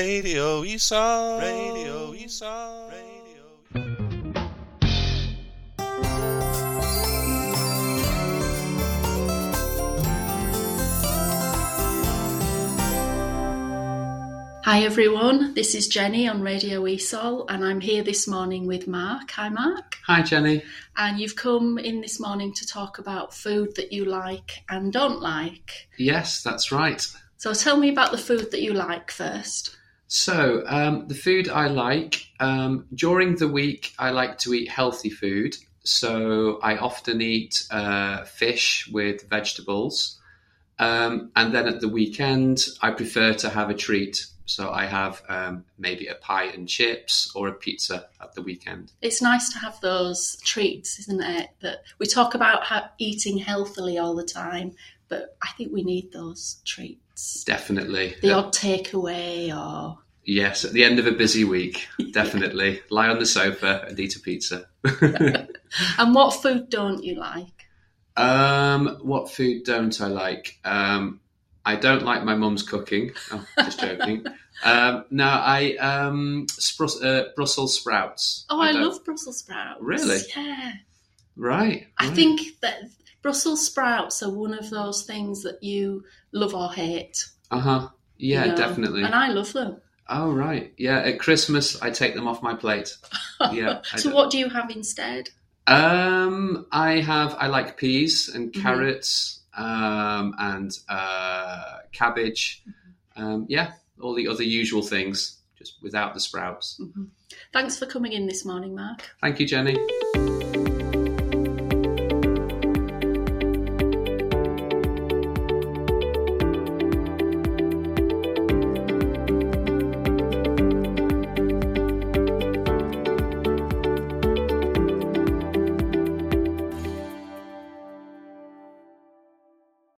Radio Esau. Radio Esau. Radio. Hi everyone, this is Jenny on Radio ESOL and I'm here this morning with Mark. Hi Mark. Hi, Jenny. And you've come in this morning to talk about food that you like and don't like. Yes, that's right. So tell me about the food that you like first. So, um, the food I like um, during the week, I like to eat healthy food. So, I often eat uh, fish with vegetables. Um, and then at the weekend, I prefer to have a treat. So, I have um, maybe a pie and chips or a pizza at the weekend. It's nice to have those treats, isn't it? That we talk about how eating healthily all the time, but I think we need those treats. Definitely. The odd takeaway or Yes, at the end of a busy week, definitely. Lie on the sofa and eat a pizza. And what food don't you like? Um, what food don't I like? Um, I don't like my mum's cooking. Oh, just joking. um, no, I um, sprus- uh, Brussels sprouts. Oh, I, don't- love Brussels sprouts. Really? Yeah. Right. I right. think that Brussels sprouts are one of those things that you love or hate. Uh huh. you Yeah, know, definitely. And I love them. oh, right. Yeah, at Christmas I take them off my plate. Yeah. I so do. what do you have instead? Um, I have. I like peas and Mhm. carrots um, and uh, cabbage. Mm-hmm. Um, yeah, all the other usual things, just without the sprouts. Thanks for coming in this morning, Mark. Thank you, Jenny.